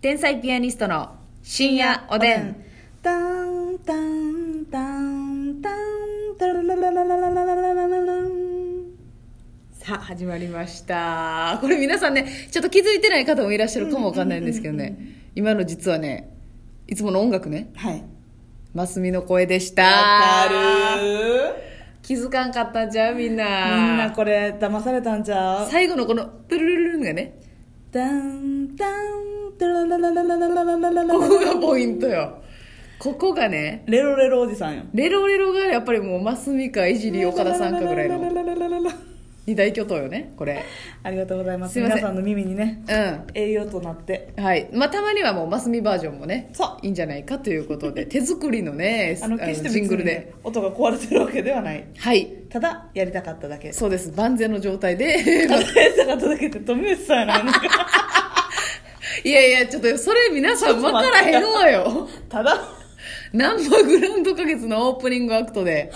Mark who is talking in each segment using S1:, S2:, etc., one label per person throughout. S1: 天才ピアニストの深夜おでん。
S2: タンタンタンタンタララララララララララン
S1: さあ、始まりました。これ皆さんね、ちょっと気づいてない方もいらっしゃるかもわかんないんですけどね、今の実はね、いつもの音楽ね、
S2: はい
S1: マスミの声でした。
S2: わかる
S1: 気づかんかったんちゃうみんな。
S2: みんなこれ騙されたんちゃう
S1: 最後のこの、プルルルルンがね、
S2: タンタンタララララララララララ
S1: ここがポイントよ。ここがね、
S2: レロレロおじさんよ
S1: レロレロがやっぱりもう、マスミか、いじり、岡田さんかぐらいの。二大巨頭よねこれ
S2: ありがとうございます
S1: すいません
S2: 皆さんの耳にね
S1: う
S2: 栄養となって
S1: んはいまあたまにはもうマスミバージョンもね
S2: そ
S1: いいんじゃないかということで手作りのね
S2: あの決して
S1: ジン
S2: 別
S1: グル
S2: にね
S1: で
S2: 音が壊れてるわけではない
S1: はい
S2: ただやりたかっただけ
S1: そうです万全の状態で
S2: ただやりたかっただけって富吉さんやないなんか
S1: いやいやちょっとそれ皆さん分からへんわよ
S2: ただ
S1: ナンバーグランド花月のオープニングアクト で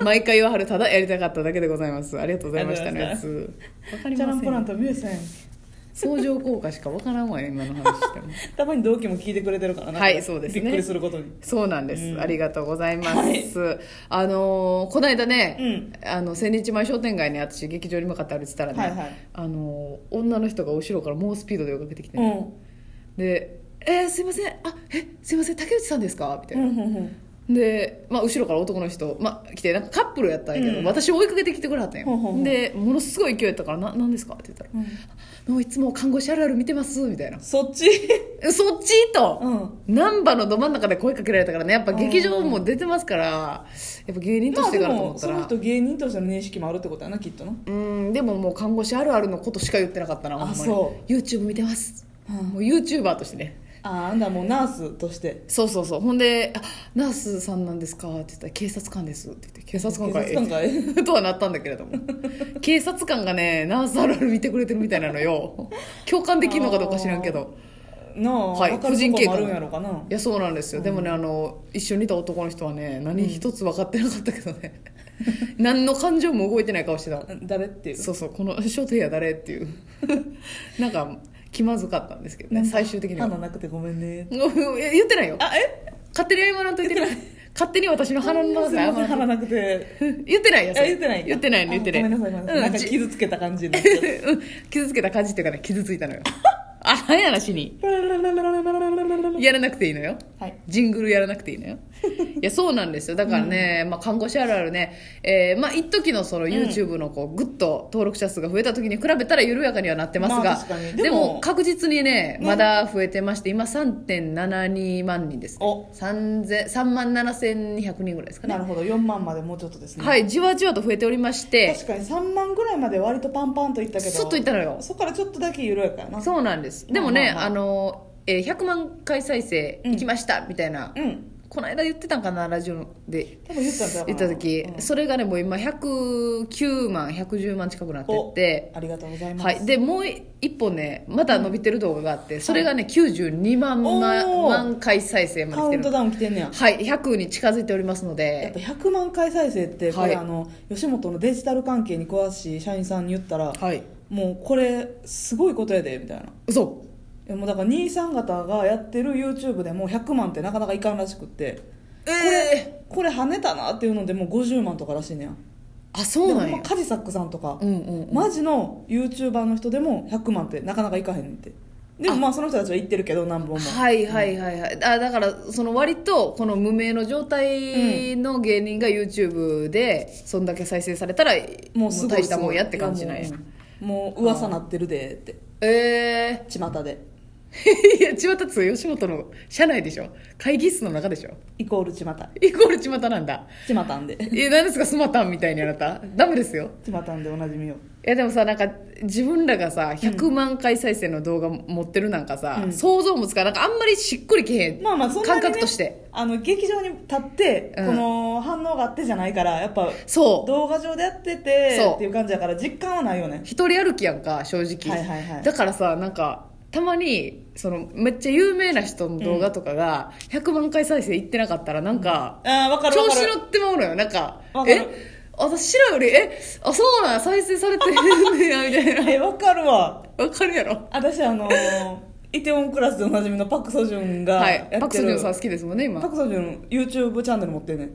S1: 毎回言わはるただやりたかっただけでございますありがとうございましたのやつわかり
S2: チャラ
S1: ま
S2: ン
S1: せ
S2: ポラン
S1: ん
S2: と富吉さんやん
S1: 相乗効果しかわからんわよ今の話しても
S2: たまに同期も聞いてくれてるからな
S1: はいそうですね
S2: びっくりすることに
S1: そうなんです、
S2: うん
S1: ありがとうございます、あのーこの間ね、あの千日前商店街に私劇場に向かって歩いてたらね、
S2: はいはい
S1: あのー女の人が後ろから猛スピードで追いかけてきて
S2: うん
S1: ね、で「えー、すいませんあえすいません竹内さんですか?」みたいうな、
S2: んうんうん
S1: で、まあ、後ろから男の人、まあ、来てなんかカップルやったんやけど、
S2: うん
S1: 私追いかけてきてくれはったんや、
S2: ほうほうほう
S1: でものすごい勢いやったから「な何ですか?」って言ったら
S2: うん
S1: 「もういつも看護師あるある見てます」みたいな
S2: そっち
S1: 「そっち?」と。
S2: うん
S1: 難波のど真ん中で声かけられたからねやっぱ劇場も出てますからやっぱ芸人と
S2: ま
S1: し
S2: あ
S1: て
S2: で
S1: からと思
S2: も
S1: った
S2: そ
S1: ら、
S2: の人芸人としての認識もあるってことやなきっとな
S1: うんでももう看護師あるあるのことしか言ってなかったなほんまに
S2: あそ
S1: YouTube 見てます、
S2: うん
S1: もう YouTuber としてね
S2: ああんだもうナースとして
S1: そうそうそうほんであ「ナースさんなんですか?」って言ったら「警察官です」って言って「警察官かい
S2: 警察官 か い
S1: とはなったんだけれども警察官がねナースあるある見てくれてるみたいなのよ共感できるのかどうか知らんけど
S2: なあ、
S1: はい
S2: 分かるとこもあるんやろかない
S1: やそうなんですよ、でもねあの一緒にいた男の人はね何一つ分かってなかったけどね、 何の感情も動いてない顔してた
S2: 誰っていう
S1: そうそうこの初手や誰っていう なんか気まずかったんですけど
S2: な
S1: ね
S2: んか
S1: 最終的には
S2: 鼻なくてごめんね
S1: うんいや言ってないよ
S2: あえ
S1: 勝手に謝らんといて 勝手に私の鼻の中
S2: す
S1: で
S2: い
S1: 謝
S2: ません
S1: らん
S2: 鼻なくて
S1: 言ってないよそ
S2: あ
S1: れ
S2: 言ってない
S1: 言ってないね言ってない
S2: あごめんなさいごめんなさい、
S1: うん
S2: なんか
S1: じ
S2: 傷つけた感じになっ
S1: うん傷つけた感じっていうかね傷ついたのよあらやなしに
S2: て
S1: やらなくていいのよ
S2: はい
S1: ジングルやらなくていいの よいやそうなんですよだからね、まあ、看護師あるあるね、えーまあ一時のその YouTube のこうグッと登録者数が増えた時に比べたら緩やかにはなってますが、
S2: まあ確かに
S1: で
S2: でも
S1: も確実にね
S2: ね
S1: まだ増えてまして今3.72万人です、ね
S2: お、
S1: 3000 3万7200人ぐらいですか
S2: な
S1: ね
S2: るほど4万までもうちょっとですね、
S1: はいじわじわと増えておりまして
S2: 確かに3万ぐらいまで割とパンパンといったけど
S1: スッといったのよ
S2: そこからちょっとだけ緩やかやな
S1: そうなんですでもね、
S2: まあま
S1: あ
S2: あま
S1: の、えー100万回再生いきました、みたいな、
S2: うん
S1: この間言ってたんかなラジオで
S2: 多分言ったんだよ
S1: 言った時、
S2: うん
S1: それがねもう今109万110万近くなってって
S2: おありがとうございます、
S1: はい、でもう一本ねまた伸びてる動画があって、それがね92万
S2: おー
S1: 万回再生まで来
S2: カウ
S1: て
S2: ン
S1: る
S2: トダウン来てんねや
S1: はい100に近づいておりますの
S2: やっぱ
S1: で
S2: 100万回再生ってこれ、
S1: はい
S2: あの吉本のデジタル関係に詳しい社員さんに言ったら、
S1: はい
S2: もうこれすごいことやでみたいない
S1: 嘘
S2: やもうだから兄さん方がやってる YouTube でもう100万ってなかなかいかんらしくって
S1: え
S2: これ跳ねたなっていうのでもう50万とからしいねや
S1: ー、あそうなん
S2: でもほ
S1: や
S2: んまカジサックさんとか、
S1: うんうんうん
S2: マジの YouTuber の人でも100万ってなかなかいかへんねんってでもまあその人たちは行ってるけど何本も
S1: はいはいはいはい、あだからその割とこの無名の状態の芸人が YouTube でそんだけ再生されたら
S2: もうすごい
S1: 大したもんやって感じない
S2: やもうもう噂なってるでって
S1: え
S2: 巷で
S1: ー、いや千葉つ吉本の社内でしょ会議室の中でしょ
S2: イコール巷
S1: イコール千葉なんだ
S2: ちまたん で
S1: え何ですかスマタンみたいにあなたダメですよ
S2: ちまたんでおなじみよ
S1: いやでもさなんか自分らがさ100万回再生の動画持ってるなんかさ、
S2: うん
S1: 想像もつかなんかあんまりしっくりきへん、
S2: まあまあそんなに、ね、
S1: 感覚として
S2: あの劇場に立って、
S1: うん
S2: この反応があってじゃないからやっぱ
S1: そう
S2: 動画上でやって
S1: そう
S2: てっていう感じだから実感はないよね
S1: 一人歩きやんか正直、
S2: はいはいはい
S1: だからさなんかたまにそのめっちゃ有名な人の動画とかが100万回再生いってなかったらなんか、
S2: ああ分かる
S1: 調
S2: 分か
S1: 子
S2: る
S1: 乗ってまうのよなんか
S2: わかる
S1: え私らよりえあそう なん再生されてるんねやみたいな
S2: え分かるわ
S1: わかるやろ
S2: 私あのーイテウォンクラスでおなじみのパク・ソジュンが
S1: は
S2: やっ
S1: い
S2: てる、
S1: パク・ソニョンさん好きですもんね
S2: パ
S1: 今
S2: クソジュン YouTube チャンネル持ってんねん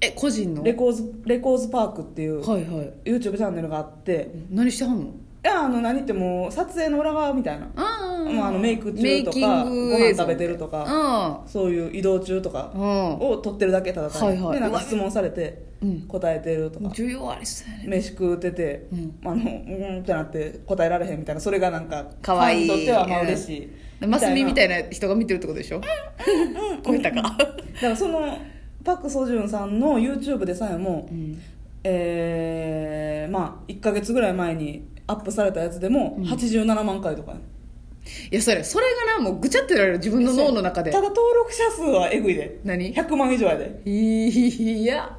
S1: え個人の
S2: レコーズレコーズパークっていう
S1: はいはい
S2: YouTube チャンネルがあって
S1: 何してはんの
S2: いやあの何ってもう撮影の裏側みたいな、
S1: あー
S2: もうあのメイク中とか
S1: メイキング
S2: ご
S1: 映
S2: 飯
S1: 像
S2: 食べてるとか
S1: あ
S2: そういう移動中と
S1: あう
S2: か
S1: ん
S2: を撮ってるだけただ単に、
S1: はいはい
S2: でなんか質問されて
S1: うん
S2: 答えてるとか、
S1: 需要ありそうやね
S2: 飯食うてて、
S1: うん
S2: あのうーんってなって答えられへんみたいなそれがなんか
S1: かわいい
S2: ファンにとってはまあ嬉しい、
S1: マスミみた
S2: い
S1: いな人が見てるってことでしょ超えたか
S2: なだからそのパク・ソジュンさんの YouTube でさえも、
S1: うん
S2: えーまあ1か月ぐらい前にアップされたやつでも
S1: うん
S2: 87万回とかね、
S1: いやそれそれがなもうぐちゃってやられる自分の脳の中で
S2: ただ登録者数はえぐいで
S1: 何
S2: 100万以上やで
S1: いや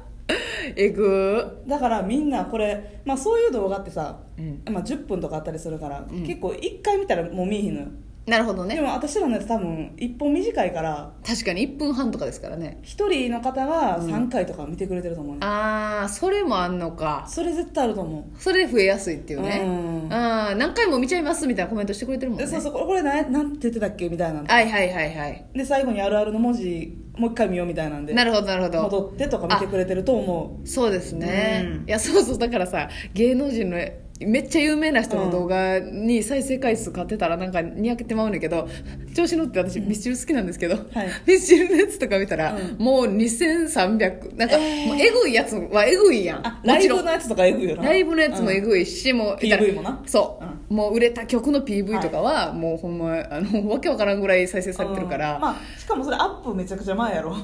S1: えぐ
S2: だからみんなこれ、まあ、そういう動画ってさ、
S1: うん
S2: まあ、10分とかあったりするから、
S1: ん
S2: 結構1回見たらもう見えへんのよ
S1: なるほど
S2: で
S1: ね
S2: も私らのやつ多分1本短いから
S1: 確かに1分半とかですからね
S2: 1人の方が3回とか見てくれてると思うね、
S1: ああそれもあんのか
S2: それ絶対あると思う
S1: それで増えやすいっていうね
S2: うん
S1: あー何回も見ちゃいますみたいなコメントしてくれてるもんね
S2: でそうそうこれこれなんなんて言ってたっけみたいな
S1: はいはいはいはい
S2: で最後にあるあるの文字もう1回見ようみたいなんで
S1: なるほどなるほど
S2: 戻ってとか見てくれてると思
S1: そうですね、
S2: うん
S1: いやそうそうだからさ芸能人のめっちゃ有名な人の動画に再生回数買ってたらなんかにやけてまうねんけど調子乗って私ミスチル好きなんですけど、
S2: はい
S1: ミスチルのやつとか見たら、
S2: うん
S1: もう2300なんか、
S2: えー
S1: もうえぐいやつはえぐいやん
S2: うあ
S1: も
S2: ライ
S1: ち
S2: ブ
S1: ろん
S2: のやつとかえぐいよな
S1: ライブのやつもえ
S2: ぐ
S1: ぐいし、もう
S2: PV
S1: 言ったら
S2: もな
S1: そう、もう売れた曲の PV とかは、もうほんまあの わけわからんぐらい再生されてるから、
S2: まあ、しかもそれアップめちゃくちゃ前やろ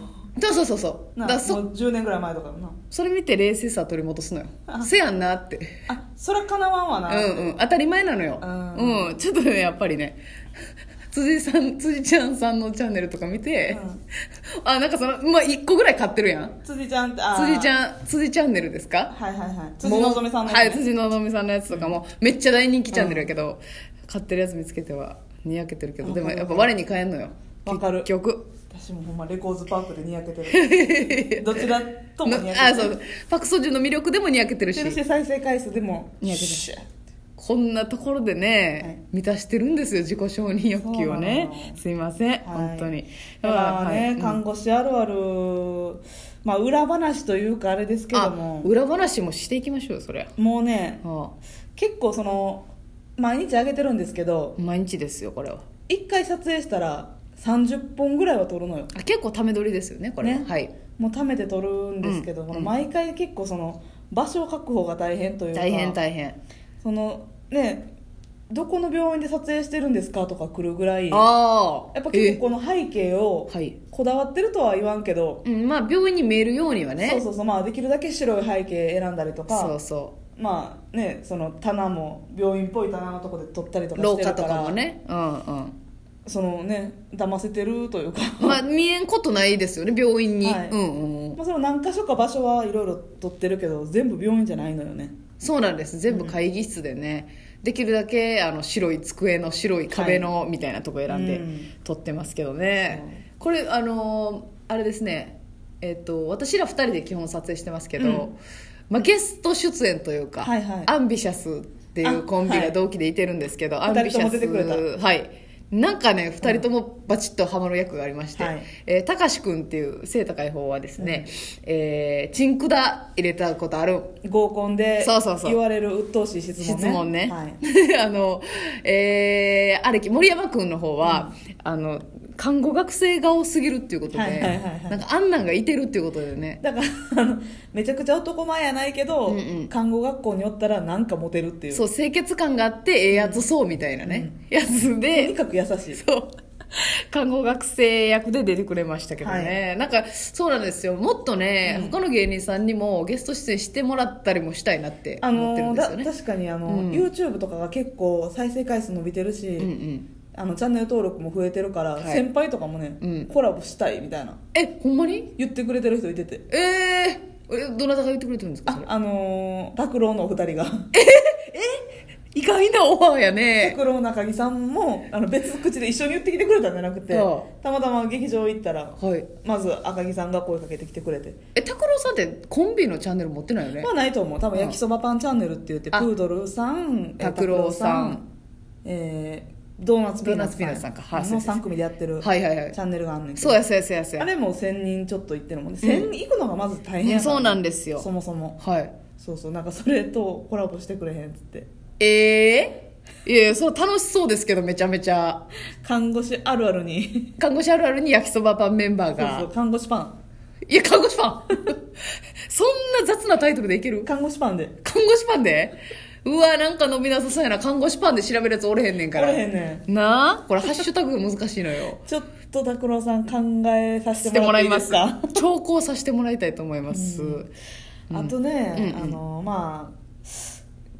S1: そうそうそうそう
S2: な
S1: だからそ
S2: もう10年ぐらい前とかやな
S1: それ見て冷静さ取り戻すのよ
S2: あ
S1: せやんなって
S2: あそらかなわんわな、
S1: うんうん、当たり前なのよ、
S2: うん
S1: うん、ちょっとねやっぱりね 辻さん辻ちゃんさんのチャンネルとか見て、
S2: うん
S1: あなんかその、まあ、1個ぐらい買ってるやん
S2: 辻ちゃんってあー
S1: 辻ちゃん辻チャンネルですか
S2: はいはいはい辻のぞみさんの
S1: もうは
S2: や
S1: い
S2: つね
S1: 辻のぞみさんのやつとかも、めっちゃ大人気チャンネルやけど、買ってるやつ見つけてはにやけてるけどでもやっぱ我に返んのよ
S2: わかる
S1: 結局
S2: 私もほんまレコーズパークでにやけてるどちらとも
S1: の
S2: にや
S1: あ
S2: け
S1: そ
S2: てる
S1: うパク・ソジュンの魅力でもにやけてるし
S2: してるし再生回数でも
S1: にやけてる
S2: シュッ
S1: こんなところでね、
S2: はい
S1: 満たしてるんですよ自己承認欲求を
S2: そうな
S1: ね
S2: の
S1: すいません、本当に
S2: だからね、
S1: はい
S2: 看護師あるある、まあ、裏話というかあれですけど
S1: あ
S2: も
S1: 裏話もしていきましょうよそれ、は
S2: もうね
S1: あ、
S2: 結構その毎日あげてるんですけど
S1: 毎日ですよこれは
S2: 1回撮影したら30本ぐらいは撮るのよ
S1: あ結構ため撮りですよねこれは、
S2: ね
S1: はい
S2: もう貯めて撮るんですけど、
S1: うん
S2: この
S1: うん
S2: 毎回結構その場所を確保が大変というか
S1: 大変大変
S2: そのねどこの病院で撮影してるんですかとか来るぐらいやっ
S1: ああ
S2: ぱ結構この背景を
S1: はい、
S2: こだわってるとは言わんけど、
S1: うん、まあ病院に見えるようにはね
S2: そうそうそうまあできるだけ白い背景選んだりとか
S1: そうそ
S2: まあねその棚も病院っぽい棚のとこで撮ったりと
S1: う
S2: か
S1: 廊
S2: してるか
S1: 下
S2: ら
S1: とかもねうんうん
S2: そのね騙せてるというか
S1: まあ見えんことないですよね病院に、
S2: はい
S1: うんうんうん
S2: まあその何箇所か場所はいろいろ撮ってるけど全部病院じゃないのよね
S1: そうなんです全部会議室でね、できるだけあの白い机の白い壁のみたいなとこ選んで
S2: うん
S1: 撮ってますけどね、これあのーあれですねえっ、と私ら2人で基本撮影してますけど、
S2: うん
S1: まあ、ゲスト出演というか、
S2: はいはい
S1: アンビシャスっていうコンビ
S2: あは
S1: が
S2: い
S1: 同期でいてるんですけど、
S2: 二
S1: アンビシ
S2: 人と
S1: ャス
S2: も出てくれた
S1: はいなんかね2人ともバチッとハマる役がありまして、
S2: はい
S1: えー、たかし君っていう背高い方はですね、えーチンクダ入れたことある
S2: 合コンで
S1: そうそうそう
S2: 言われる鬱陶しい質問ね
S1: 質問ね、
S2: はい
S1: あのえー、あれ森山君の方は、あの看護学生顔すぎるっていうことで、
S2: はいはいはいはい
S1: なんかあんなんがいてるっていうことでね
S2: だからあのめちゃくちゃ男前やないけど、
S1: うんうん
S2: 看護学校におったらなんかモテるっていう
S1: そう清潔感があってええやつそうみたいなね、やつ
S2: とに
S1: で
S2: かく優しい
S1: そう看護学生役で出てくれましたけどね、なんかそうなんですよもっとね、他の芸人さんにもゲスト出演してもらったりもしたいなって
S2: あ
S1: 思ってる
S2: の
S1: んですよ
S2: だ
S1: ね、
S2: 確かにあの、
S1: うん
S2: YouTube とかが結構再生回数伸びてるし、
S1: うんうん
S2: あのチャンネル登録も増えてるから、
S1: はい
S2: 先輩とかもね、
S1: うん
S2: コラボしたいみたいな
S1: えほんまに
S2: 言ってくれてる人いてて
S1: えー、えどなたが言ってくれてるんですかそ
S2: あ
S1: れ
S2: あのー拓郎のお二人が
S1: 意外なオファーやね
S2: 拓郎中木さんもあの別口で一緒に言ってきてくれたんじゃなくて
S1: あ
S2: たまたま劇場行ったら
S1: はい
S2: まず赤木さんが声かけてきてくれて
S1: え拓郎さんってコンビのチャンネル持ってないよね
S2: まあないと思う多分焼きそばパンチャンネルって言って
S1: あ
S2: プードルさんえー
S1: 拓郎さん
S2: 拓郎えードーナツピーナッ
S1: ドーナツピーナッツさんかはい
S2: の3組でやってるチ
S1: はいはいはい
S2: ャンネルがあんねんけど
S1: そうやそうやそうやそうや
S2: あれも1000人ちょっと行ってるもんね1000人行くのがまず大変
S1: う
S2: や
S1: んそう
S2: な
S1: なんですよ
S2: そもそも
S1: はい
S2: そうそうなんかそれとコラボしてくれへんっつって
S1: ええいやいやそう楽しそうですけどめちゃめちゃ
S2: 看護師あるあるに
S1: 看護師あるあるに焼きそばパンメンバー
S2: そう
S1: が
S2: そう看護師パン
S1: いや看護師パン そんな雑なタイトルでいける
S2: 看護師パンで
S1: 看護師パンでうわなんか伸びなさそうやな看護師パンで調べるやつおれへんねん
S2: こ
S1: から
S2: れへんね
S1: なあこれハッシュタグ難しいのよ
S2: んちょっと拓郎さん考えさせ
S1: してて
S2: も
S1: も
S2: ら
S1: ら
S2: って
S1: い
S2: い
S1: ま
S2: いで
S1: す す
S2: か
S1: 投稿させてもらいたいと思います、
S2: あとね、
S1: うんうん
S2: あのまあ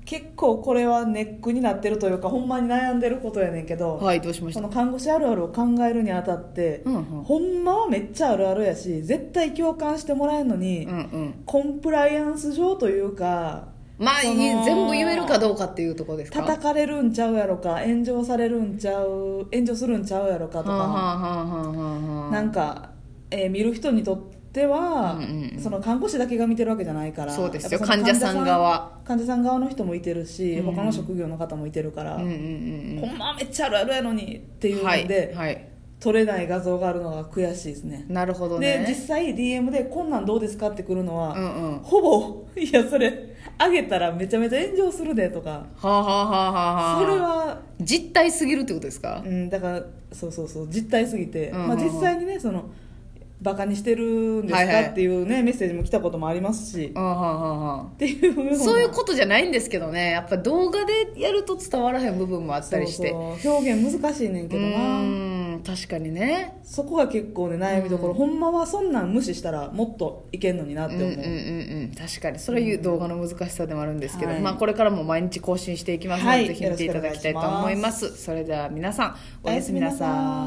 S2: 結構これはネックになってるというかほんまに悩んでることやねんけど、
S1: はいどうしまし
S2: こ
S1: た
S2: の看護師あるあるを考えるにあたって、
S1: うんうん
S2: ほんまはめっちゃあるあるやし絶対共感してもらえんのに、
S1: うんうん
S2: コンプライアンス上というか
S1: まあい
S2: その
S1: 全部言えるかどうかっていうところですか
S2: 叩かれるんちゃうやろか炎上されるんちゃう炎上するんちゃうやろかと
S1: はあは
S2: か、
S1: あはあはあはあ
S2: なんか、えー見る人にとっては、
S1: うんうんうん
S2: その看護師だけが見てるわけじゃないから
S1: そうですよ
S2: やっぱその
S1: 患者さん側
S2: 患者さん側の人もいてるし、
S1: うんうん
S2: 他の職業の方もいてるから、
S1: うんうんうんう
S2: ほ
S1: ん
S2: んまはめっちゃあるあるやのにっていうので、
S1: はい、はい、
S2: 撮れない画像があるのが悔しいですね
S1: なるほど
S2: で
S1: ね
S2: 実際 DM で「こんなんどうですか?」ってくるのは、
S1: うんうんは
S2: ほぼ「いやそれあげたらめちゃめちゃ炎上するで」とか
S1: あはあはあはあはあ
S2: それは、
S1: 実態すぎるってことですか
S2: うん、だからそうそうそう実態すぎて、
S1: うんうんうん
S2: まあ、実際にねそのバカにしてるんです
S1: はいは
S2: か
S1: い
S2: っていうねメッセージも来たこともありますし
S1: あはあはあはあ
S2: っていうよな
S1: そういうことじゃないんですけどねやっぱ動画でやると伝わらへん部分もあったりしてう
S2: そうそう表現難しいねんけどな
S1: ーん確かにね
S2: そこが結構ね悩みどころ、ほんまはそんなん無視したらもっといけんのになっ
S1: う
S2: て
S1: んうんう
S2: 思う、
S1: んうん確かにそれいう動画の難しさでもあるんですけど、
S2: はい
S1: まあ、これからも毎日更新していきますので、
S2: はい
S1: ぜひ見ていただきたいと思いますそれでは皆さんおやすみなさい